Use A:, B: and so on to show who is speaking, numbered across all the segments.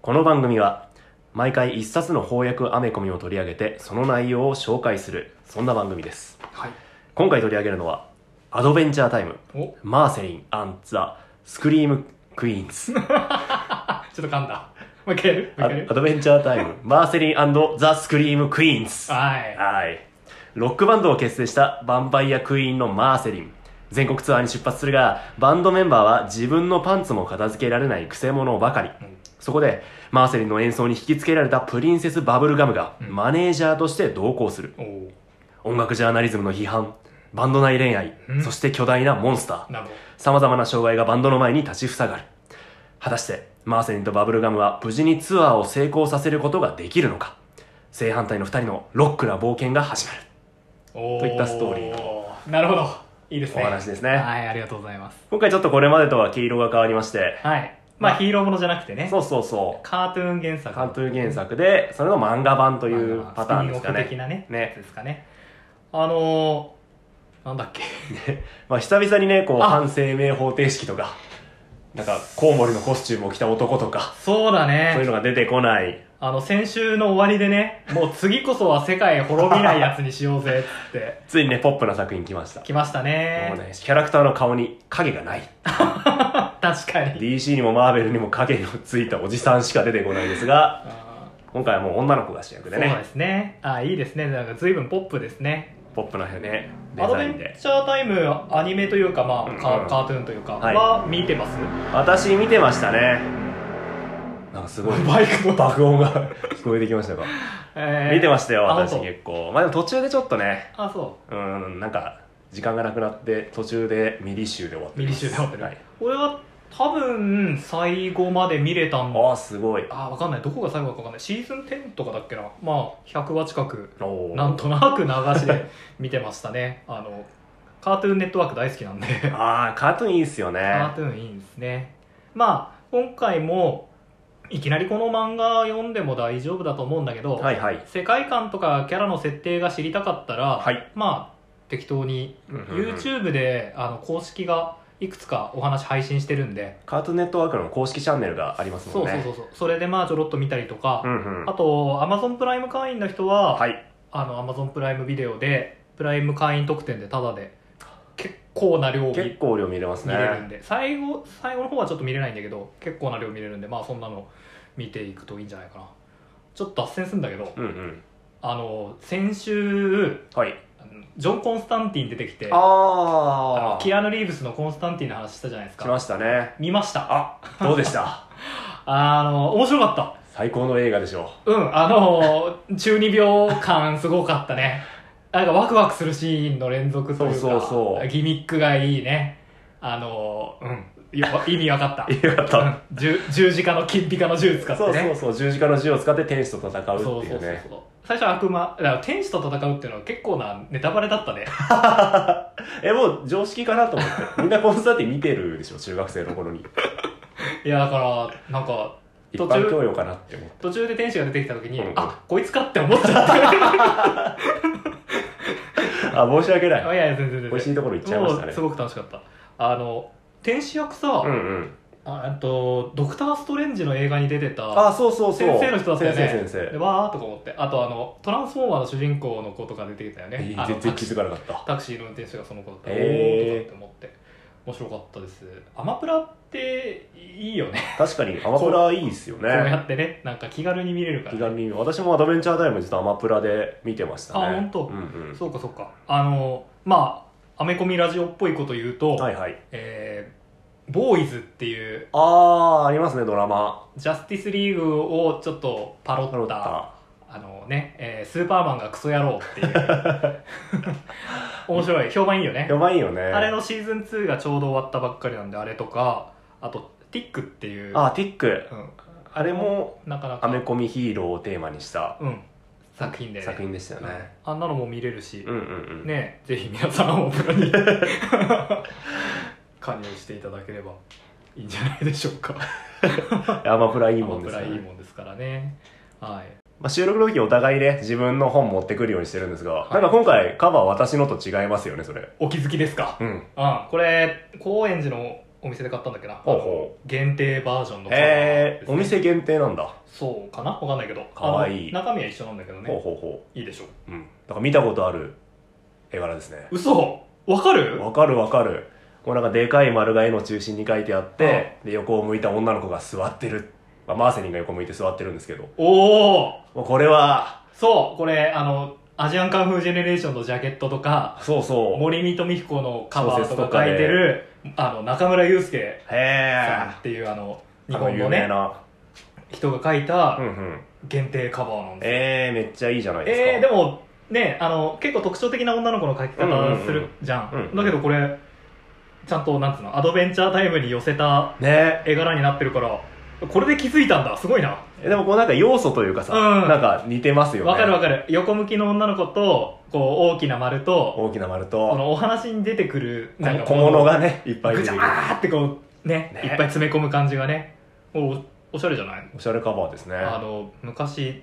A: この番組は毎回一冊の翻訳アメコミを取り上げてその内容を紹介するそんな番組です
B: はい
A: 今回取り上げるのは「アドベンチャータイム
B: おちょ
A: マーセリンザ・スクリーム・クイーンズ」
B: っと噛んだもう一回やるも
A: ア
B: う一回やる
A: ドベンチャータイムマーセリンザ・スクリーム・クイーンズ
B: は
A: はい。ロックバンドを結成したヴァンパイアクイーンのマーセリン。全国ツアーに出発するが、バンドメンバーは自分のパンツも片付けられないクセ者ばかり。
B: い、うん
A: そこで、マーセリンの演奏に引きつけられたプリンセスバブルガムが、
B: うん
A: マネージャーとして同行する。
B: おお
A: 音楽ジャーナリズムの批判、バンド内恋愛、
B: うん
A: そして巨大なモンスター。
B: なるほど
A: 様々な障害がバンドの前に立ちふさがる。果たして、マーセリンとバブルガムは無事にツアーを成功させることができるのか正反対の二人のロックな冒険が始まる。
B: お
A: といったストーリー
B: ーなるほどいいですね
A: お話ですね
B: はいありがとうございます
A: 今回ちょっとこれまでとは毛色が変わりまして、
B: はい
A: ま
B: まあ、
A: あ
B: ヒーローものじゃなくてね
A: そうそうそう、
B: カートゥーン原作
A: カントゥー原作で、それの漫画版と
B: と
A: いうパターンですか
B: スピンオフ的
A: ね。
B: なね
A: ね
B: やつですかねあのー、なんだっ け
A: まあ久々にね、こう、
B: あ
A: 反生命方程式とか、なんか、コウモリのコスチュームを着た男とか、
B: そうだ
A: そういう
B: ね
A: のが出てこない。
B: あの先週の終わりでねもう次こそは世界滅びないやつにしようぜっつって
A: ついにね、ポップな作品来ました。も
B: 来ましたね
A: うね、キャラクターの顔に影がない。
B: 確かに
A: DC にもマーベルにも影のついたおじさんしか出てこないですが、
B: あ
A: 今回はもう女の子が主役で
B: ーそう
A: ね
B: で、すねあーいいですねなんか随分ポップですね
A: ポップなね、デ
B: アド
A: ザ
B: ベ
A: イ
B: ン
A: ンで。
B: チャータイムアニメというかまあ、
A: うんう
B: カ
A: ん
B: カートゥーンというか
A: はい
B: は見てます、
A: 私見てましたね。なんかすごい。
B: バイクの
A: 爆音が 聞こえてきましたか、
B: えー
A: 見てましたよ
B: あ
A: 私
B: 本当
A: 結構まあでも途中でちょっとね
B: あそう
A: うんなんか時間がなくなって途中でミリ集で終わって
B: ミ
A: ます
B: リ集で終わってる、
A: はい、
B: 俺は多分最後まで見れたんだ
A: ああすごい
B: あわかんないどこが最後かわかんないシーズン10とかだっけなまあ100話近く
A: おー
B: なんとなく流しで見てましたねあのカートゥーンネットワーク大好きなんで
A: ああカートゥーンいいっすよね
B: カートゥーンいいんですねまあ今回もいきなりこの漫画読んでも大丈夫だと思うんだけど、
A: はいはい
B: 世界観とかキャラの設定が知りたかったら、
A: はい
B: まあ適当に
A: うんうんうん
B: YouTube であの公式がいくつかお話配信してるんで、
A: カートゥーンネットワークの公式チャンネルがあります
B: そ
A: もん
B: う
A: ね
B: そうそううそうそれでまあちょろっと見たりとか、
A: んうん
B: あと Amazon プライム会員の人は、
A: はい
B: あの Amazon プライムビデオでプライム会員特典でタダで結構な量を見
A: 結構量見れます
B: 見れるん
A: ね
B: で最後最後の方はちょっと見れないんだけど結構な量見れるんでまあそんなの見ていくといいんじゃないかなちょっと脱線するんだけど、
A: うんうん
B: あの先週
A: はい
B: あのジョン・コンスタンティン出てきてあ
A: あ
B: の
A: あ
B: キアヌ・リーブスのコンスタンティンの話したじゃないです
A: 来
B: か
A: ましたね
B: 見ましたあ
A: あどうでした
B: の面白かった
A: 最高の映画でしょ
B: うん、あのー、中二病感すごかったね。なんかワクワクするシーンの連続というか、
A: そうそうそう
B: ギミックがいいね。あのー、うん、よ意味わかった。
A: うよかった
B: うん十十字架の金ピカの銃使って
A: そう
B: ね。
A: そうそう十字架の銃を使って天使と戦うっていうね
B: そう。最初悪魔、だから天使と戦うっていうのは結構なネタバレだ ったね。
A: えもう常識かなと思ってみんなコンサート見てるでしょ中学生の頃に
B: いや、だから、なんか、
A: 一
B: 途中
A: 般教養かなって思って
B: 途中で天使が出てきた時に、
A: うんうん
B: あ、こいつかって思っち ゃって。
A: あ申し訳ない
B: あいやいや、全然全然。
A: 美味しいところ行っちゃいました
B: もう
A: ね
B: すごく楽しかった。あの、天使役さ、
A: うんうん
B: ああとドクター・ストレンジの映画に出てた
A: あそうそうそう
B: 先生の人だったよね
A: 先生先
B: で
A: 生
B: わーっとか思ってあとあのトランスフォーマーの主人公の子とか出てきたよね
A: え
B: あの
A: 全然
B: タク
A: 気
B: シー
A: づかなかった
B: タクシーの運転手がその子だったらおー
A: へー
B: とかって思って面白かったですアマプラっていいよね
A: 確かにアマプラいいですよ
B: こうや
A: ね
B: ってねなんか気軽に見れるか
A: 気
B: ら、
A: 軽
B: ね、
A: に私もアドベンチャータイム実はアマプラで見てましたね
B: あ本当
A: うんうん
B: そうかそうかあのまあアメコミラジオっぽいこと言うと、
A: はいはい
B: えーボーイズっていう
A: ああありますねドラマ
B: ジャスティスリーグをちょっとパロ
A: パロ
B: っ
A: ッ
B: た
A: タ
B: あのね、えースーパーマンがクソ野郎っていう面白い評判いいよね
A: やばいよね
B: あれのシーズン2がちょうど終わったばっかりなんであれとかあとティックっていう
A: あティック
B: うん、
A: あれも
B: なかな
A: アメ
B: か、
A: コミヒーローをテーマにした
B: うん、作品で、ね、
A: 作品でしたよね
B: うんあんなのも見れるし、
A: うんうんうん
B: ねぜひ皆さんもプロに 加入していただければいいんじゃないでしょうか
A: アマプラいいもんです
B: ア
A: よ
B: マプラいい
A: ね
B: もんですからねはい
A: まあ、収録の時お互いね自分の本持ってくるようにしてるんですが、
B: はい
A: なんか今回カバー私のと違いますよねそれ
B: お気づきですか
A: うん
B: うん、これ高円寺のお店で買ったんだっけな
A: ほうほ
B: 限定バージョンのカバー
A: へ
B: で
A: え
B: すね
A: お店限定なんだ
B: そうかなわかんないけど
A: かわいい
B: あの中身は一緒なんだけど
A: ほう
B: ね
A: ほうほ
B: いいでしょ
A: ううんなんか見たことある絵柄ですね
B: 嘘わかる
A: わかるわかるこうなんかでかい丸が絵の中心に書いてあってで横を向いた女の子が座ってる、まあ、マーセリンが横向いて座ってるんですけど
B: おお
A: もうこれは
B: そうこれあのアジアンカンフージェネレーションのジャケットとか
A: そうそう
B: 森見と美彦のカバーと
A: 小説と
B: か
A: か
B: 書
A: で
B: いてるあの中村祐介
A: へ
B: さん
A: え
B: っていうあの日
A: あの
B: 本
A: 有
B: の
A: 名
B: ね
A: な
B: 人が書いうた
A: んうん
B: 限定カバーなんですよ
A: えー、めっちゃいいじゃないですか
B: えー、でもねあの結構特徴的な女の子の描き
A: うんうんう
B: 方
A: ん
B: するじゃん,、
A: うんうん
B: だけどこれちゃんとなんつうのアドベンチャータイムに寄せた
A: ね
B: 絵柄になってるからこれで気づいたんだすごいな
A: えでもこうなんか要素というかさ、
B: うん
A: なんか似てますよね
B: わかるわ
A: る
B: かる横向きの女の子とこう大きな丸と
A: 大きな丸
B: ことのお話に出てくるなんか
A: 小物がねいっぱい
B: ぐ
A: 出
B: ち
A: てく
B: ゃ
A: る
B: ーってこうね
A: ね
B: いっぱい詰め込む感じがねおおしゃれじゃない
A: おしゃれカバーですね
B: あの昔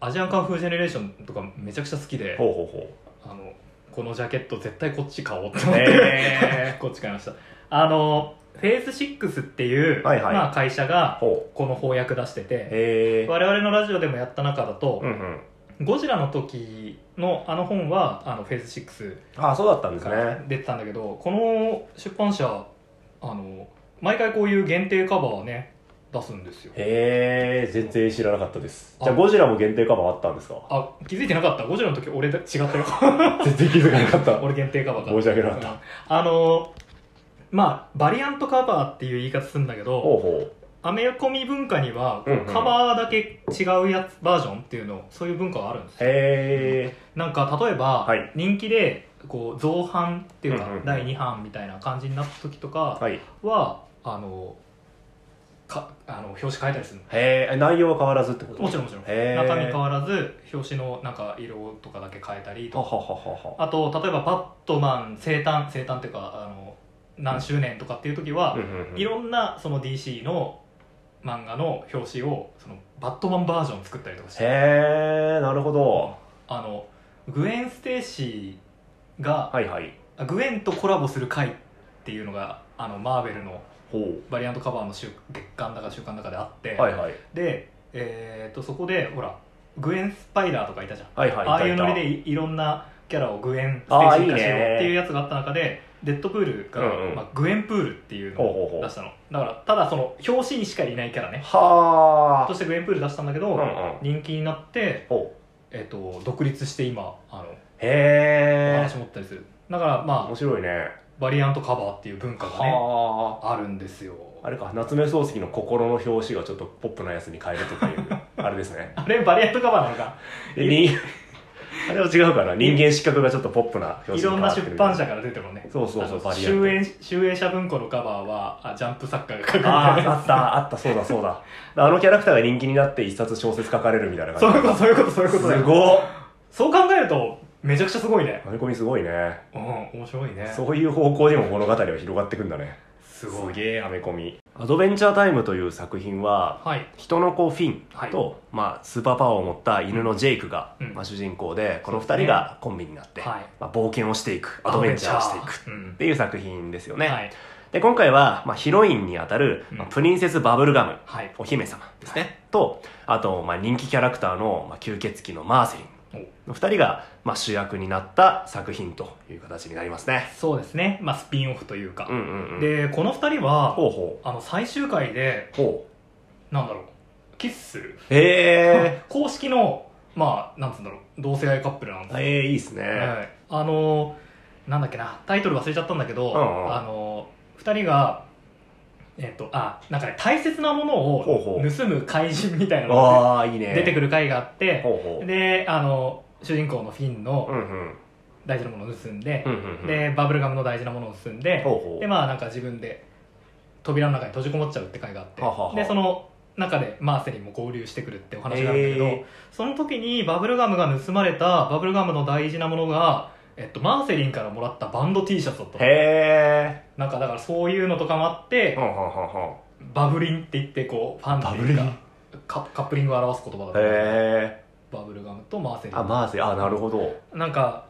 B: アジアンカンフージェネレーションとかめちゃくちゃ好きで
A: ほうほうほ
B: あのこのジャケット絶対こっち買おうって
A: う
B: 思って、
A: え
B: こっち買いましたあのフェイス6っていう、
A: はいはい
B: まあ、会社が
A: ー、ほう
B: この翻訳出してて
A: へえ
B: 我々のラジオでもやった中だと
A: う、んうん
B: ゴジラの時のあの本はあのフェイス6
A: ああそうだったんです
B: か
A: ね
B: ら出てたんだけど、この出版社あの毎回こういう限定カバーをね出すんですよ
A: へえ全然知らなかったです
B: あ
A: じゃあゴジラも限定カバーあったんですか
B: あ気づいてなかったゴジラの時俺だ違ったよ
A: 全然気づかなかった
B: 俺限定カバーか
A: 申し訳なかった
B: うんあのまあバリアントカバーっていう言い方するんだけど
A: ほうほ
B: アメコミ文化にはこう
A: うんうん
B: カバーだけ違うやつバージョンっていうのそういう文化があるんで
A: う
B: すよ
A: へえ
B: なんか例えば、
A: はい
B: 人気でこう造反っていうか、
A: うんうんうん
B: 第2版みたいな感じになった時とか
A: はいへ
B: はあのかあの表紙変えたりする
A: え内容は変わらずってこ
B: の
A: と
B: もちろんもちろん
A: へー
B: 中身変わらず表紙のなんか色とかだけ変えたりとか
A: ははははは
B: あと例えばバットマン生誕生誕っていうかあの何周年とかっていう時は、いろんなその DC の漫画の表紙をそのバットマンバージョン作ったりとかして
A: へえなるほど
B: あのグエン・ステイシーが
A: はいはい
B: あグエンとコラボする回っていうのがあのマーベルの
A: ほう
B: バリアントカバーの週月間だか週間だかであって、
A: はいはい
B: で、えー、とそこでほらグエン・スパイダーとかいたじゃん
A: はいはい
B: ああいうノリで
A: い
B: いいろんなキャラをグエンステ
A: あ
B: ー
A: あ
B: ジ
A: いいね
B: に化しようっていうやつがあった中でデッドプールが、
A: うんうん
B: まあ、グエンプールっていうの
A: ほうほう
B: を
A: ほ
B: 出
A: う
B: したのだからただその表紙にしかいないキャラね
A: は
B: そ
A: あ
B: してグエンプール出したんだけど、
A: うんうん
B: 人気になって、
A: ほう
B: えっと独立して今あの、お
A: へ
B: 話持ったりするだから
A: え
B: ま
A: 面
B: あ
A: 白いね
B: バリアントカバーっていう文化がね
A: は
B: あるんですよ
A: ああれか夏目漱石の心の表紙がちょっとポップなやつに変えるとかいうあれですね
B: あれバリアントカバーなのか
A: でにあれは違うかな人間失格がちょっとポップない表紙に変
B: ろん
A: わ
B: な
A: って
B: 出
A: る
B: 版社から出てるもんね
A: そうそうそう
B: あの
A: バリアン
B: 集英集英社文庫のカバーはあジャンプ作家が書くみた
A: あ
B: いな
A: ああったあったそうだそうだあのキャラクターが人気になって一冊小説書かれるみたいな
B: そうい
A: 感
B: うこと、そういうこと、そういう
A: じ
B: ことだ
A: す
B: よ
A: ごっ
B: そう考えると、めちゃくちゃすごいね。
A: アメコミすごいね
B: うん、面白いね。
A: そういう方向にも物語は広がってくんだね
B: すごい。
A: げえアメコミアドベンチャータイムという作品は
B: はい。
A: 人の子フィンと、
B: は
A: まあ、スーパーパワーを持った犬のジェイクが、
B: うん
A: まあ、主人公でこの
B: そうです
A: 2
B: ね
A: 人がコンビになって、
B: はい
A: まあ、冒険をしていくアドベンチャーをしていく
B: く。うん
A: っ。ていう作品ですよね、
B: はい。
A: で今回は、まあ、ヒロインにあたる、まあ
B: うん
A: プリンセスバブルガム
B: はい。
A: お姫様ですね、とあと、まあ、人気キャラクターの、まあ、吸血鬼のマーセリンの2人が、まあ、主役になった作品という形になりますね
B: そうですね。まあ、スピンオフというか
A: う。んうんうん
B: で、この二人は、
A: ほうほ
B: あの、最終回で、
A: うほ
B: なんだろう、キスす
A: う
B: る。
A: へ
B: 公式の、まあ、なんつうんだろう、同性愛カップルなんです
A: えー、
B: よ
A: えー、いいっすね、
B: はい。あのー、なんだっけな、タイトル忘れちゃったんだけど、
A: うんうん
B: あのー、二人が、えっと、あ、なんかね、大切なもの
A: ほ
B: を
A: うほう
B: 盗む怪人みたいなのが
A: ああいいね
B: 出てく
A: る
B: る回があって、
A: ほうほう
B: であの主人公のフィン
A: う
B: の
A: んうん
B: 大事なものを盗んで
A: う、んうんうん
B: でバブルガムの大事なものを盗んで、
A: ほうほう
B: でまあなんか自分で扉の中に閉じこもっちゃうって回があって、
A: ははは
B: でその中でマーセリンも合流してくるってお話があるんだけど、
A: へー
B: その時にバブルガムが盗まれたバブルガムの大事なものが、えっと、マーセリンからもらったバンド T シャツだったの
A: へえ
B: なんかだからそういうのとかもあって、バブリンって言ってこうファンっていう
A: バブ
B: かカカップリングを表す言葉だったの
A: へえ
B: バブルガムとマーセリン
A: あマーセあなるほど
B: なんか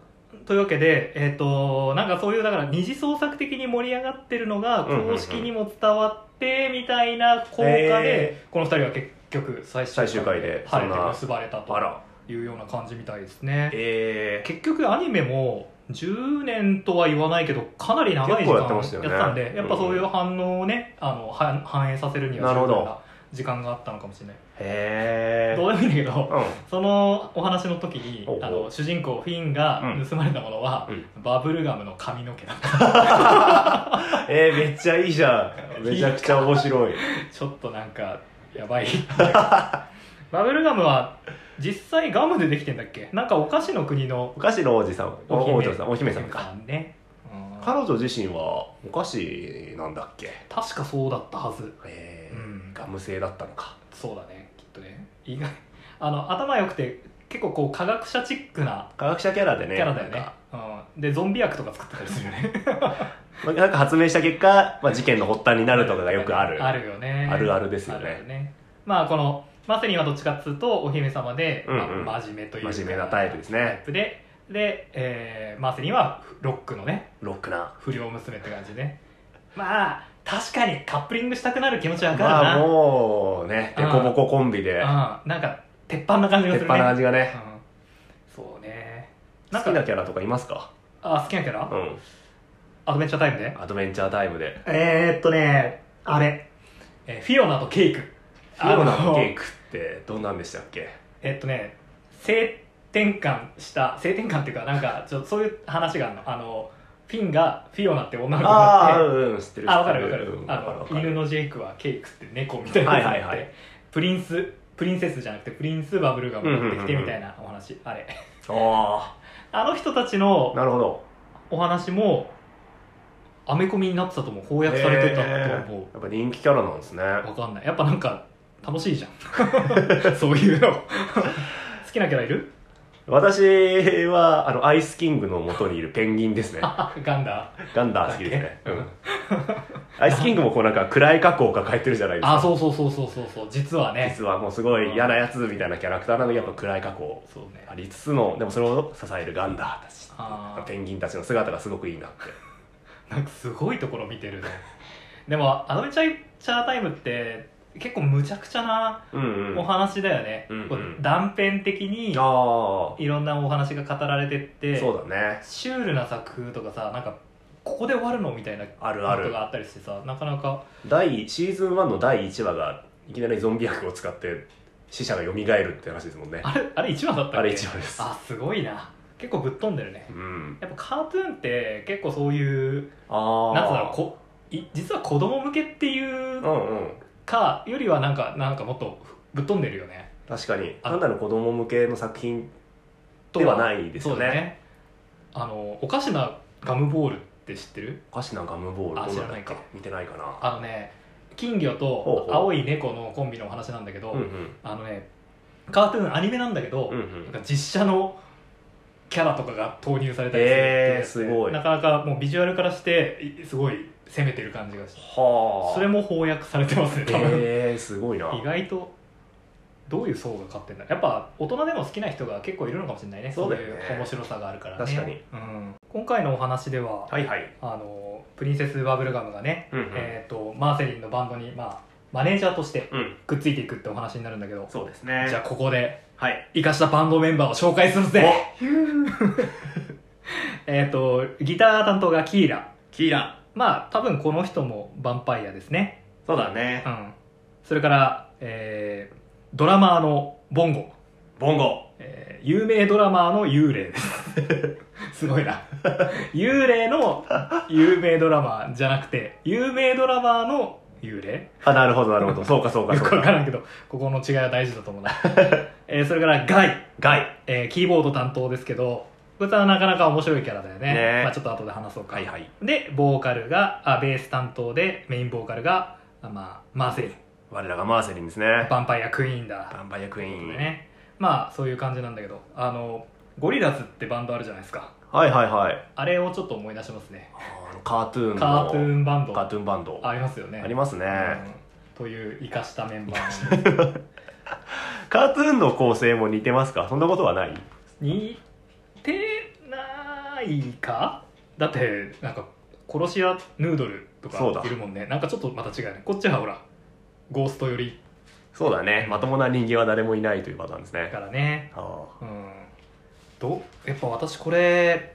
B: というわけで、えっとなんかそういうだから二次創作的に盛り上がってるのが
A: うんうんうん
B: 公式にも伝わってみたいな効果
A: へ
B: でこの二人は結局最終
A: 最終回で
B: は
A: そ
B: い、
A: んな
B: 結ばれたと
A: あら
B: いうような感じみたいですね
A: え
B: 結局アニメも10年とは言わないけどかなり長い時
A: 結構
B: 間
A: や
B: や
A: ってましたよね
B: ったんでやっぱそういう反応をねあのは反映させるには
A: なるほど
B: 十分な時間があったのかもしれない
A: ー、へ
B: どうでもいいんだけど
A: ーうん
B: そのお話の時に
A: おうおう
B: あの主人公フィンが盗まれたものは、
A: う
B: バブルガムの髪の毛だった
A: えー、めっちゃいいじゃんめちゃくちゃ面白い
B: ちょっとな んかやばいバブルガムは実際ガムでできてんだっけなんかお菓子の国の
A: お菓子の王子さんお王女さんお姫様か
B: ね、うん
A: 彼女自身はお菓子なんだっけ
B: 確かそうだったはず
A: え
B: う
A: ー
B: ん
A: ガム製だったのか
B: そうだねきっとね意外あの頭良くて結構こう科学者チックな
A: 科学者キャラで
B: キ
A: ね
B: ャラだよね
A: なんか
B: うん、でゾンビ薬とか作ってたりするよね
A: まあなんか発明した結果、まあ、事件の発端になるとかがよくある
B: あるよね
A: あるあるですよ
B: あるよ
A: ね
B: ねまあこのマセリンはどっちかっつうとお姫様で、
A: うんうん
B: まあ真面目というか
A: 真面目なタイプですね
B: タイプでで、えーマセリンはロックのね
A: ロックな
B: 不良娘って感じでまあ確かにカップリングしたくなる気持ちはわかるな、
A: まあもうね
B: うん
A: 凸凹コンビで
B: うん、なんか鉄板な感じがす
A: 鉄
B: るね
A: 板の味がね
B: うんそうね
A: 好
B: なんか
A: きなキャラとかいますか
B: あ好きなキャラ、
A: うん
B: アドベンチャータイムで
A: アドベンチャータイムで
B: えー、っとねあれ、えーフィオナとケイク
A: フィオナ
B: あの
A: のケークってどんなんでしたっけ
B: えっとね性転換した性転換っていうかなんかちょそういう話があるのあのフィンがフィオナって女の子に
A: ああ
B: なって
A: うんうん知ってる
B: あわかるわかる、
A: うんわかるわ
B: あ
A: か
B: の
A: る
B: 犬のジェイクはケイクって猫みたいなやつがあっ
A: は
B: て
A: いはいはい
B: プリンスプリンセスじゃなくてプリンスバブルが持ってきてみたいなお話、あれ
A: あ
B: あの人たち
A: あ
B: の
A: なるほど
B: お話もアメコミになってたと思う翻訳されてたと思う、
A: やっぱ人気キャラなんですね
B: わかんないやっぱなんか楽しいじゃ んそういうの好きなキャラいる
A: 私はあのアイスキングの元にいるペンギンですね
B: あガンダ
A: ガンダー好きですね、
B: だっけ
A: うんアイスキングもこうなんか暗い過去を抱えてるじゃないですか
B: あそうそうそうそうそうそう実はね
A: 実はもうすごい嫌なやつみたいなキャラクターなのにやっぱ暗い過去
B: そうね
A: ありつつのでもそれを支えるガンダーたち
B: あ
A: ペンギンたちの姿がすごくいいなって
B: ーなんかすごいところ見てるね でもアドベンチャータイムって結構むちゃくちゃな
A: うんうん
B: お話だよね、
A: うんうん
B: こう断片的に
A: あ
B: いろんなお話が語られてって
A: あそうだね
B: シュールな作風とかさなんかここで終わるのみたいなこ
A: あるあ
B: と
A: る
B: があったりしてさなかなか
A: 第シーズン1の第1話がいきなりゾンビ薬を使って死者が蘇るって話ですもんね
B: あれあれ1話だったっけ
A: あれ1話です
B: あすごいな結構ぶっ飛んでるね
A: うん
B: やっぱカートゥーンって結構そういう
A: ああ
B: なんつうだろうこい実は子供向けっていう
A: うんうん
B: かよりはなんかなんかもっとぶっ飛んでるよね
A: 確かに
B: あ
A: 単なる子供向けの作品ではないですよ
B: そうだ
A: ね
B: ねあのおかしなガムボールって知ってる
A: おかしなガムボール
B: あ
A: どう
B: 知らないか
A: 見てないかな
B: あのね金魚
A: ほう
B: と
A: ほう
B: 青い猫のコンビのお話なんだけど、
A: うんうん
B: あのねカートゥーンアニメなんだけど、
A: うんう
B: なん
A: ん
B: か実写のキャラとかが投入されたりするっていうやつで
A: えーすごい
B: なかなかもうビジュアルからしていすごい攻めてる感じがして
A: はあ
B: それも翻訳されてますね多分、
A: えー、すごいな
B: 意外とどういう層が勝ってんだやっぱ大人でも好きな人が結構いるのかもしれないね
A: そうだよね
B: いう面白さがあるからね
A: 確かに
B: うん、今回のお話では、
A: はいはい
B: あのプリンセス・バブルガムがね、
A: うんうん、
B: えー、とマーセリンのバンドに、まあ、マネージャーとして
A: うん
B: くっついていくってお話になるんだけど
A: そうですね
B: じゃあここで
A: はい
B: 生かしたバンドメンバーを紹介するぜえっとギター担当がキーラ
A: キーラ
B: まあ多分この人もヴァンパイアですね
A: そうだね
B: うんそれから、えードラマーのボンゴ、
A: ボンゴ
B: えー有名ドラマーの幽霊ですすご いな幽霊の有名ドラマーじゃなくて有名ドラマーの幽霊
A: あなるほどなるほどそうかそう か
B: よ
A: そう
B: く
A: か
B: わからんけどここの違いは大事だと思 うな、えーそれからガイ
A: ガイ
B: えーキーボード担当ですけどこいつはなかなか面白いキャラだよね
A: ね
B: まあ、ちょっと後で話そうか、
A: はいはい
B: でボーカルがあベース担当でメインボーカルが、あまあ、マーセリン
A: 我らがマーセリンですね
B: ヴァンパイアクイーンだ
A: バンバイアクイ
B: という
A: ー
B: こ
A: ン、
B: とでねまあそういう感じなんだけどあのゴリラズってバンドあるじゃないですか
A: はいはいはい
B: あれをちょっと思い出しますね
A: あのカートゥーンの
B: カートゥーンバン
A: カー
B: ド
A: トゥーンバンドあ,、
B: ありますよね
A: りますね、
B: うんという生かしたメンバー
A: カートゥーンの構成も似てますかそんなことはない
B: に似てなないかだってなんか殺し屋ヌードルと
A: そうだ
B: かいるもんねなんかちょっとまた違うねこっちはほらゴースト寄り
A: そうだねまともな人間は誰もいないというパターンです
B: だ
A: ね
B: からね
A: あ
B: うんどうやっぱ私これ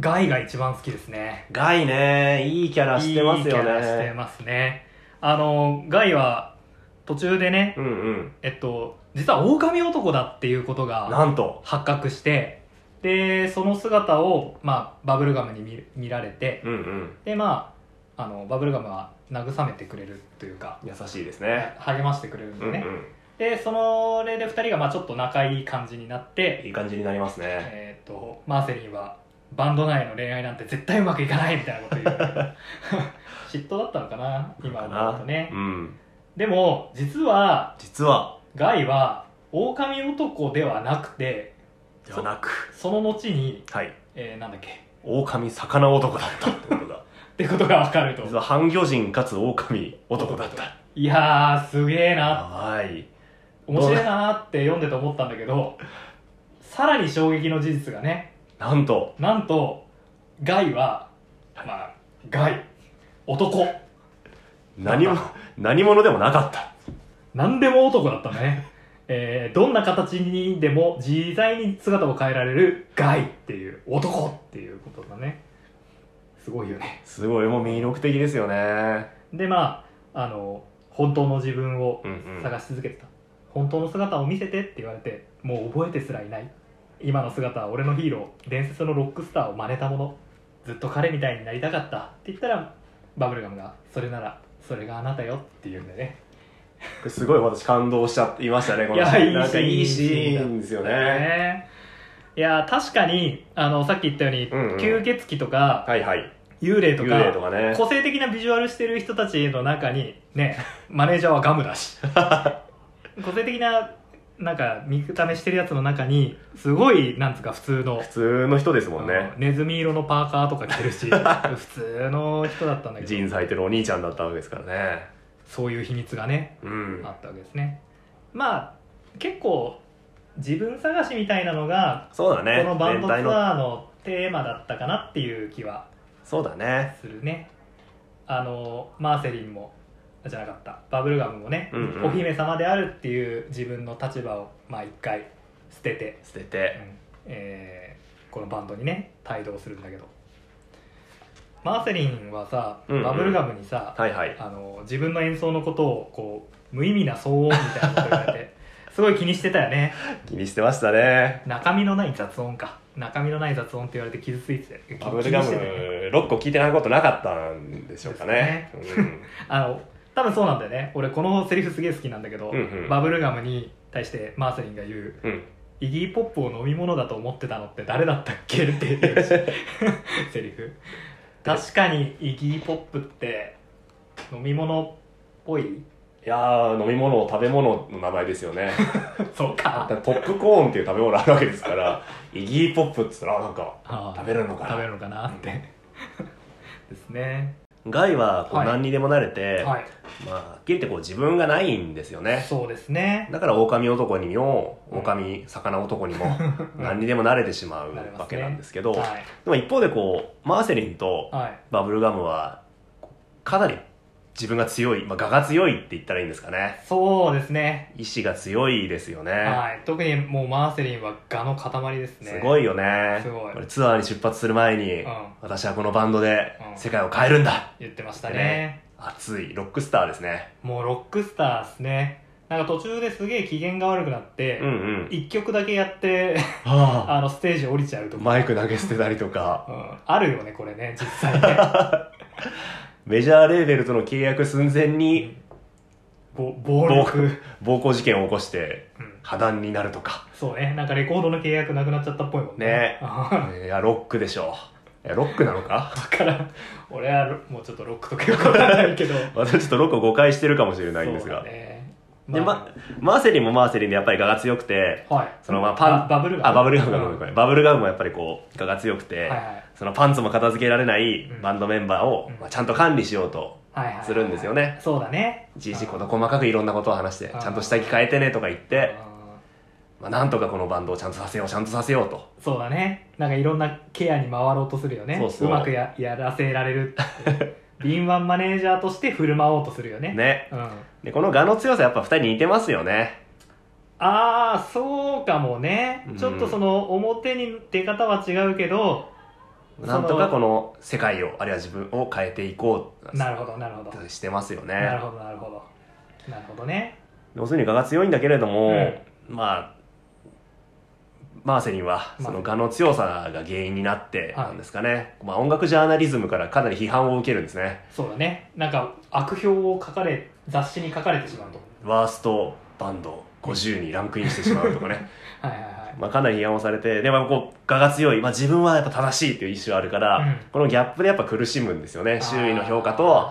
B: ガイが一番好きですね
A: あガイねいいキャラしてますよ
B: いいキャラして
A: ね
B: ますねあのガイは途中でね
A: うんうん
B: えっと実は狼男だっていうことが
A: なんと
B: 発覚してでその姿を、まあ、バブルガムに見見られて
A: うんうん
B: でまああのバブルガムは慰めてくれるというか
A: 優しいですね
B: 励ましてくれるん
A: う
B: で
A: んう
B: ね、
A: ん
B: でそのれで2人がまあちょっと仲いい感じになって、
A: いい感じになりますね
B: えっとマーセリンはバンド内の恋愛なんて絶対うまくいかないみたいなこと言う 嫉妬だったのかな今思うとね
A: うん
B: でも実は
A: 実は
B: ガイは狼男ではなくて
A: ではなく
B: その後に、
A: はい
B: えーなんだっけ
A: 狼魚男だったってこと だ
B: ってことが分かると
A: 実は半魚人かつ狼男だった
B: いやーすげえな
A: やばい
B: 面白いなーって読んでて思ったんだけどさらに衝撃の事実がね
A: なんと
B: なんとガイはまあガイ男
A: 何も何者でもなかった
B: 何でも男だったね、えーどんな形にでも自在に姿を変えられるガイっていう男っていうことだねすごいよね
A: すごいもう魅力的ですよね
B: でまああの本当の自分を
A: うんうん
B: 探し続けてた、本当の姿を見せてって言われてもう覚えてすらいない今の姿は俺のヒーロー伝説のロックスターを真似たものずっと彼みたいになりたかったって言ったらバブルガムが「それならそれがあなたよ」って言うんでね
A: これすごい私感動しちゃいましたねこ
B: い
A: の
B: や
A: シー
B: いい
A: ンなんかいいシーンですよね
B: ねいや確かにあのさっき言ったように、
A: うんうん
B: 吸血鬼とか、
A: はいはい
B: 幽霊と
A: 幽霊
B: か
A: とかね
B: 個性的なビジュアルしてる人たちの中にねマネージャーはガムだ し個性的ななんか見た目してるやつの中にすごいなんつうか普通の
A: 普通の人ですもん
B: あの
A: ね
B: ネズミ色のパーカーとか着てるし 普通の人だったんだ
A: ジ
B: け
A: ーン
B: ど
A: ズ履いてるお兄ちゃんだったわけですからね
B: そういう秘密がね
A: うん
B: あったわけですねまあ結構自分探しみたいなのが
A: そうだ
B: こ
A: ね
B: のバンド
A: 全体
B: ツ
A: の
B: アーのテーマだったかなっていう気は
A: そうだね
B: するねあのマーセリンもじゃなかったバブルガムもね、
A: うんうん
B: お姫様であるっていう自分の立場をまあ一回捨てて、
A: 捨て
B: う
A: て
B: んえーこのバンドにね帯同するんだけどマーセリンはさ、
A: うんうん
B: バブルガムにさ、
A: はいはい
B: あの自分の演奏のことをこう無意味な騒音みたいなこと言われて すごい気にしてたよね
A: 気にしてましたね
B: 中身のない雑音か中身のない雑音って言われて傷ついて気
A: バブルガム
B: 気にしてたよね
A: 6個聞いてないことなかったんでしょうかねうん
B: あの多分そうなんだよね俺このセリフすげえ好きなんだけど、
A: うんうん
B: バブルガムに対してマーセリンが言う
A: うん
B: 「イギー・ポップを飲み物だと思ってたのって誰だったっけ?」っていうセリ フ確かにイギー・ポップって飲み物っぽい
A: いやー飲み物食べ物の名前ですよ ね
B: そう
A: だっ
B: か
A: てポップコーンっていう食べ物あるわけです からイギーポップっつったらあなんか食べ
B: る
A: れるのかな
B: 食べるのかなって ですね
A: ガイはこう
B: はい
A: 何にでもなれて、
B: はい
A: まあはっきり言ってこう自分がないんですよね
B: そうですね
A: だから狼男にも
B: うん
A: 狼魚男 にも何にでもなれてしまう
B: なりますね
A: わけなんですけど
B: は
A: でも一方でこうマーセリンと
B: い、はい、
A: バブルガムはかなり自分が強い、まあ、我が強いって言ったらいいんですかね
B: そうですね
A: 意志が強いですよね、
B: はい特にもうマーセリンは蛾の塊ですね
A: すごいよね
B: すごい
A: これツアーに出発する前に、
B: うん
A: 私はこのバンドで
B: うん
A: 世界を変えるんだ、
B: 言ってましたね
A: ね熱いロックスターですね
B: もうロックスターですねなんか途中ですげえ機嫌が悪くなって、
A: うんうん
B: 一1曲だけやって
A: あ
B: あのステージ降りちゃうとか、
A: マイク投げ捨てたりとか
B: うん、あるよねこれね実際ね
A: メジャーレーベルとの契約寸前 に
B: ぼ暴力、
A: 暴行事件を起こして
B: うん、
A: 破談になるとか
B: そうねなんかレコードの契約なくなっちゃったっぽいもんね
A: ね
B: だ
A: いやロックでしょういやロックなのか
B: から俺はロもうちょっとロックとかよくわかんないけど
A: 私ちょっとロックを誤解してるかもしれないんです
B: そう
A: が、
B: だね
A: でま、マーセリンもマーセリンでやっぱり我が強くて
B: あはい
A: そのまあパン
B: あバブル
A: あバブルガムが
B: うん
A: ごめんごめんバブルガムもやっぱりこう我が強くて、
B: はいはい
A: そのパンツも片付けられない
B: うん
A: バンドメンバーを、
B: うん
A: まあ、ちゃんと管理しようと
B: はいはいはい
A: するんですよね
B: そうだね
A: いちいち事細かくいろんなことを話して
B: あー
A: ちゃんと下着変えてねとか言って
B: あ
A: まあ、なんとかこのバンドをちゃんとさせようちゃんとさせようと
B: そうだねなんかいろんなケアに回ろうとするよね
A: そうそう
B: まくややらせられ るって敏腕マネージャーとして振る舞おうとするよね
A: ね
B: うん、
A: でこの我の強さやっぱ2人似てますよね
B: ああそうかもね、
A: うん
B: ちょっとその表に出方は違うけど
A: なんとかこの世界をあるいは自分を変えていこう
B: なるほどなるほど、
A: してますよね
B: なるほどなるほどなるほどね
A: 要するに我が強いんだけれども、まあマーセリンは
B: ま
A: そ
B: あ
A: の我の強さが原因になって
B: はい
A: なんですかね、まあ、音楽ジャーナリズムからかなり批判を受けるんですね
B: そうだねなんか悪評を書かれ雑誌に書かれてしまうと
A: ワーストバンド50にランクインしてしまうとかね
B: はいはいはい
A: まあかなり批判をされてでもこう我が強い、まあ、自分はやっぱ正しいっていう意思はあるから、
B: うん
A: このギャップでやっぱ苦しむんですよね周囲の評価と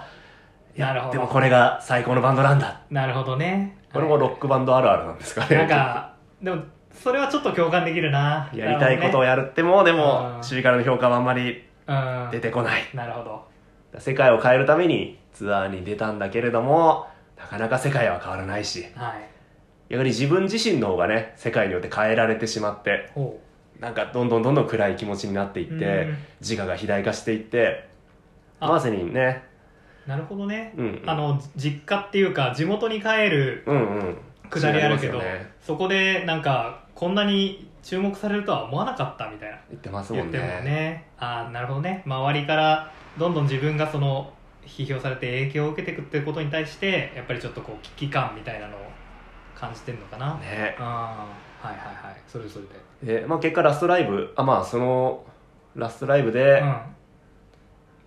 A: いや
B: なるほど
A: でもこれが最高のバンドなんだ
B: なるほどね
A: これもロックバンドあるあるなんですかね
B: なんかでもそれはちょっと共感できるな
A: やりたいことをやるっても、で
B: う
A: も
B: ん
A: 周囲からの評価はあんまり
B: なるほど
A: 出
B: ね
A: てこない
B: うんなるほど
A: 世界を変えるためにツアーに出たんだけれどもなかなか世界は変わらないし
B: はい
A: 逆に自分自身の方がね世界によって変えられてしまって
B: ほ
A: なんかどんどんどんどん暗い気持ちになっていって、
B: うん
A: 自我が肥大化していって
B: あ
A: マーセリンね
B: うなるほどね
A: うん
B: あの実家っていうか地元に帰る
A: うんうん
B: くだりあるけど、
A: 違いますよね
B: そこでなんかこんなに注目されるとは思わなかったみたいな
A: 言ってますも
B: 言っ
A: ん
B: て
A: ね
B: るもんねああなるほどね周りからどんどん自分がその批評されて影響を受けていくってことに対してやっぱりちょっとこう危機感みたいなのを感じてるのかな、
A: ね
B: ああはいはいはいそれそれで
A: で、まあ、結果ラストライブあまあそのラストライブで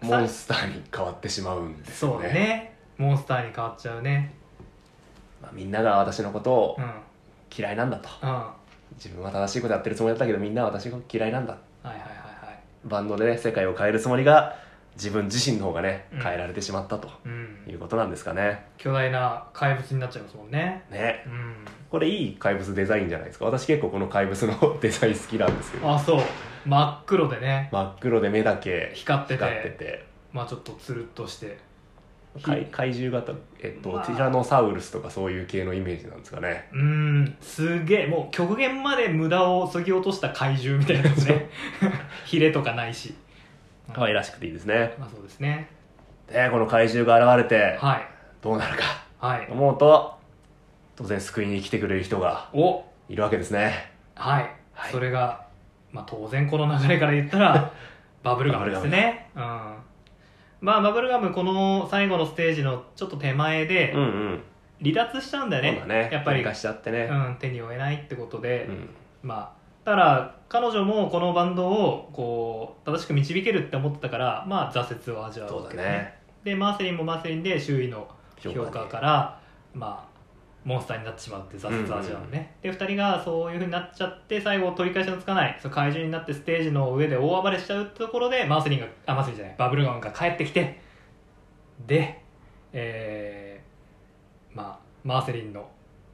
B: う
A: モンスターに変わってしまうんで
B: ん
A: す
B: そ
A: よ
B: うだねモンスターに変わっちゃうね
A: まあ、みんなが私のことを
B: うんうん
A: 嫌いなんだと
B: は
A: 自分は正しいことやってるつもりだったけどみんなは私が嫌いなんだ
B: いはいはいはい
A: バンドでね世界を変えるつもりが自分自身の方がね
B: うん
A: 変えられてしまったと
B: うん
A: いうことなんですかね、
B: 巨大な怪物になっちゃいますもんね
A: ね
B: うん
A: これいい怪物デザインじゃないですか私結構この怪物の デザイン好きなんですけど
B: あそう真っ黒でね
A: 真っ黒で目だけ
B: 光ってて
A: 光ってて
B: まあちょっとつるっとしてひ
A: 怪怪獣型、えっと
B: まあ
A: ティラノサウルスとかそういう系のイメージなんですかね
B: うんすげえもう極限まで無駄を削ぎ落とした怪獣みたいなやつね ヒレとかないし
A: 可愛らしくていいですね
B: まあそうですね
A: でこの怪獣が現れて
B: はい
A: どうなるか
B: はい
A: と思うと当然救いに来てくれる人が
B: お
A: いるわけですね
B: はい、
A: はい
B: それが、まあ、当然この流れから言った らバブルガムですねうんまあバブルガムこの最後のステージのちょっと手前で
A: うんうん
B: 離脱しちゃうんだよね,、
A: そうだね
B: やっぱり、
A: 喧嘩しちゃってね、
B: うん、手に負えないってことで、
A: うん
B: まあだから彼女もこのバンドをこう正しく導けるって思ってたからまあ挫折を味わう
A: そう
B: わ
A: だ
B: けだ
A: ね
B: でマーセリンもマーセリンで周囲の評価から、まあ、モンスターになってしまうっていう挫折を味わうね、で2人がそういうふうになっちゃって最後取り返しのつかないその怪獣になってステージの上で大暴れしちゃうところでマーセリンがあマーセリンじゃないバブルガンが帰ってきてでえーまあマーセリンの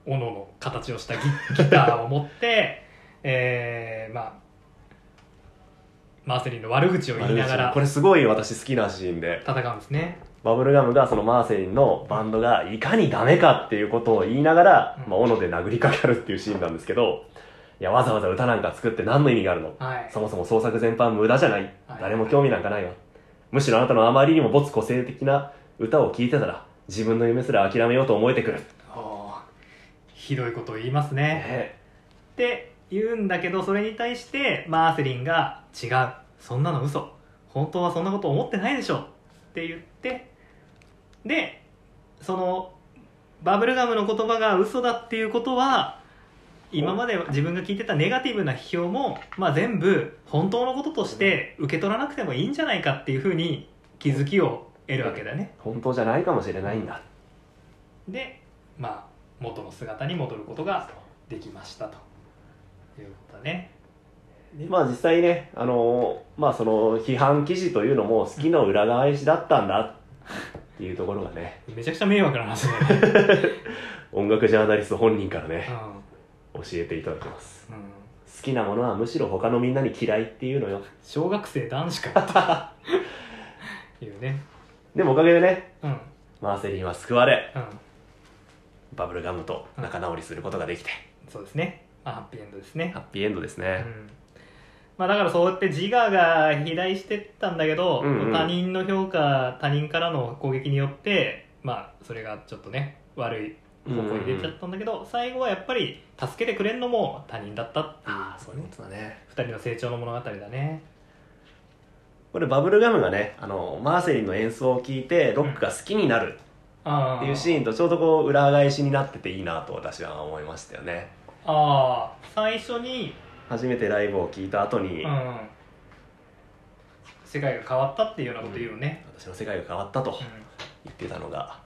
B: 斧の形をした ギギターを持ってえーまあマーセリンの悪口を言いながら
A: これすごい私好きなシーンで
B: 戦うんですね
A: バブルガムがそのマーセリンのバンドがいかにダメかっていうことを言いながら、
B: うん
A: まあ、斧で殴りかかるっていうシーンなんですけどいやわざわざ歌なんか作って何の意味があるの
B: はい
A: そもそも創作全般無駄じゃない
B: はい
A: 誰も興味なんかないわむしろあなたのあまりにも没個性的な歌を聴いてたら自分の夢すら諦めようと思えてくる、
B: おーひどいことを言いますね
A: ね
B: って言うんだけどそれに対してマーセリンが「違うそんなの嘘本当はそんなこと思ってないでしょ」って言ってでそのバブルガムの言葉が嘘だっていうことは今まで自分が聞いてたネガティブな批評も、まあ、全部本当のこととして受け取らなくてもいいんじゃないかっていうふうに気づきを得るわけだね
A: 本当じゃないかもしれないんだ
B: でまあ元の姿に戻ることができましたということだね
A: でまあ実際ね、あのーまあその批判記事というのも好きの裏返しだったんだっていうところがね、
B: めちゃくちゃ迷惑な話だね、
A: 音楽ジャーナリスト本人からね、
B: う
A: 教えていただきます。
B: んうん、
A: 好きなものはむしろ他のみんなに嫌いっていうのよ。
B: 小学生男子かっていうね
A: でもおかげでね、
B: うんうん
A: マーセリンは救われ、バブルガムと仲直りすることができて、
B: そうですねまあ、ハッピーエンドですね
A: ハッピーエンドです
B: う
A: ね、
B: んまあ、だからそうやって自我が肥大してったんだけど、
A: うんうん
B: 他人の評価他人からの攻撃によって、まあ、それがちょっとね悪い方向に出ちゃったんだけど、最後はやっぱり助けてくれるのも他人だったっていう
A: ああそういうことだね
B: 二人の成長の物語だね
A: これバブルガムがねあのマーセリンの演奏を聴いてロックが好きになる
B: あ
A: っていうシーンとちょうどこう裏返しになってていいなと私は思いましたよね
B: ああ最初に、
A: 初めてライブを聴いた後に、
B: うん、世界が変わったっていうようなこと言うよね、
A: 私の世界が変わったと
B: うん
A: 言ってたのが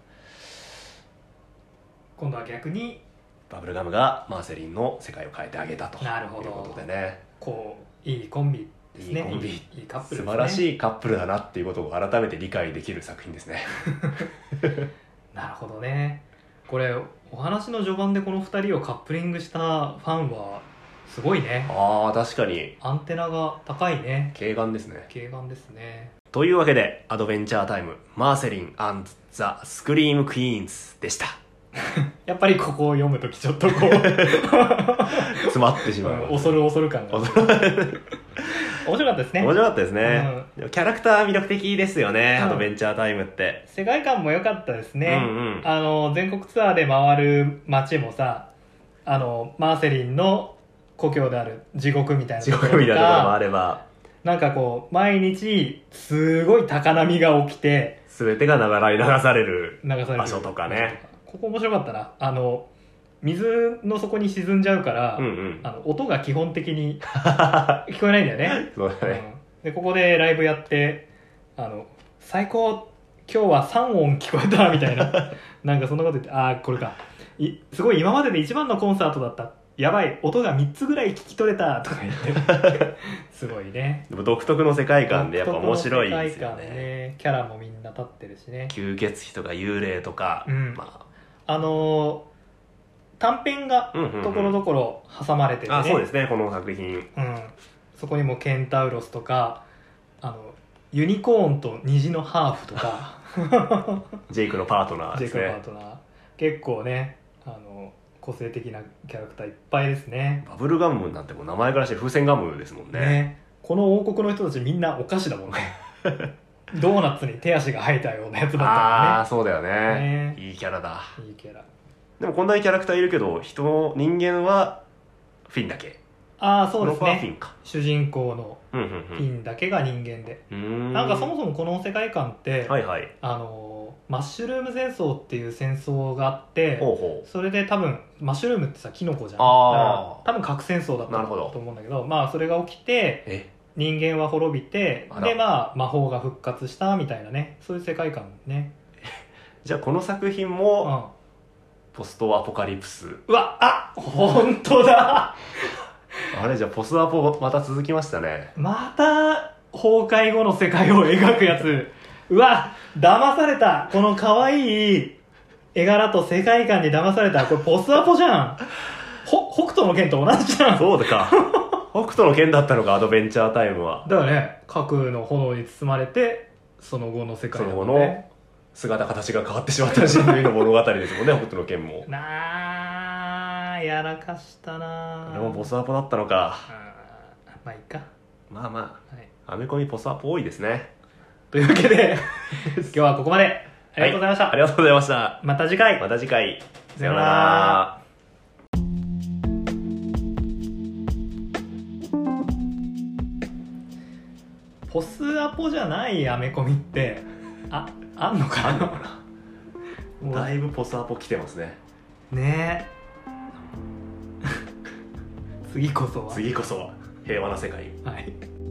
B: 今度は逆に
A: バブルガムがマーセリンの世界を変えてあげたと
B: なるほど
A: いうことでね
B: こういいコンビですね
A: いいコンビ
B: いいいいカップ
A: 素
B: ルです、ね、
A: 晴らしいカップルだなっていうことを改めて理解できる作品ですね
B: なるほどねこれお話の序盤でこの2人をカップリングしたファンはすごいね
A: ああ確かに
B: アンテナが高いね
A: 軽眼ですね
B: 軽眼ですね
A: というわけでアドベンチャータイムマーセリンザ・スクリーム・クイーンズでした
B: やっぱりここを読む時ちょっと こう
A: 詰まってしま
B: う
A: うん
B: 恐る恐る感が面
A: 恐る
B: 白かったですね
A: 面白かったですね、でもキャラクター魅力的ですよね、
B: うん
A: アドベンチャータイムって
B: 世界観も良かったですね、
A: うんうん
B: あの全国ツアーで回る街もさあのマーセリンの故郷である地獄みたいな
A: 地
B: ところ
A: 獄みたいなところもあ
B: が
A: れば
B: なんかこう毎日すごい高波が起きて
A: 全てが流れ流される
B: 流される
A: 場所とかね
B: ここ面白かったなあの水の底に沈んじゃうから、
A: うんうん
B: あの音が基本的 に聞こえないんだよね、
A: そうだね、
B: うんでここでライブやってあの最高今日は3音聞こえたみた いななんかそんなこと言ってああこれかいすごい今までで一番のコンサートだったやばい音が3つぐらい聞き取れたとか言って すごいね
A: でも独特の世界観でやっぱ面白いです
B: 独
A: よ
B: 特の世界観
A: ね
B: キャラもみんな立ってるしね
A: 吸血鬼とか幽霊とか、
B: うん
A: ま
B: あのー短編
A: あ
B: が
A: うんうんうん
B: ところどころ挟まれててね、
A: あそうですねこの作品
B: うん、そこにもケンタウロスとかあのユニコーンと虹のハーフと か
A: ジェイクのパートナー
B: ジェ
A: で
B: イ
A: す
B: ク・パ
A: ね
B: ートナー結構ねあの個性的なキャラクターいっぱいですね
A: バブルガムなんてもう名前からして風船ガムですもんね
B: ねこの王国の人たちみんなお菓子 だもんねドーナツに手足が生えたようなやつだった
A: ああ
B: か
A: そうだよ
B: ら
A: ね
B: ねね
A: いいキャラだ
B: いいキャラ
A: でもこんなにキャラクターいるけど人人間はフィンだけ
B: ああそうです
A: ロバーフィ
B: ね
A: ンか
B: 主人公の
A: うんう
B: フィンだけが人間で
A: んうん
B: なんかそも
A: も
B: そもこの世界観って、
A: はいはい
B: あのマッシュルーム戦争っていう戦争があって
A: ほうほ
B: それで多分マッシュルームってさキノコじゃん
A: あー
B: だから多分核戦争だっ
A: な
B: た
A: るほど
B: と思うんだけどまあそれが起きて
A: うえ
B: 人間は滅びて
A: あら
B: でまあ魔法が復活したみたいなねそういう世界観ね、
A: じゃあこの作品
B: うん、
A: もポストアポカリプス
B: うわあ本当だ
A: あれじゃあポスアポまた続きましたね
B: また崩壊後の世界を描くやつうわ騙されたこの可愛い絵柄と世界観に騙されたこれポスアポじゃんほ北斗の剣と同じじゃん
A: そうだ か北斗の剣だったのかアドベンチャータイムは
B: だよね核の炎に包まれてその後の世界だもんね
A: 姿形が変わってしまった人類の物語ですもんね北斗の剣も
B: なあやらかしたな
A: あ
B: あ
A: れもポスアポだったのか
B: あーまあいいか、
A: まあま
B: はい、
A: あアメコミポスアポ多いですね
B: というわ けで今日はここまでありがとうございました、
A: ありがとうございました
B: また次回
A: また次回さ
B: さ
A: よ
B: よ
A: う
B: う
A: な
B: な
A: ら
B: らポスアポじゃないアメコミってああんのかなもう
A: だいぶポスアポ来てますね
B: ね え次こそは
A: 次こそは平和な世界を
B: はい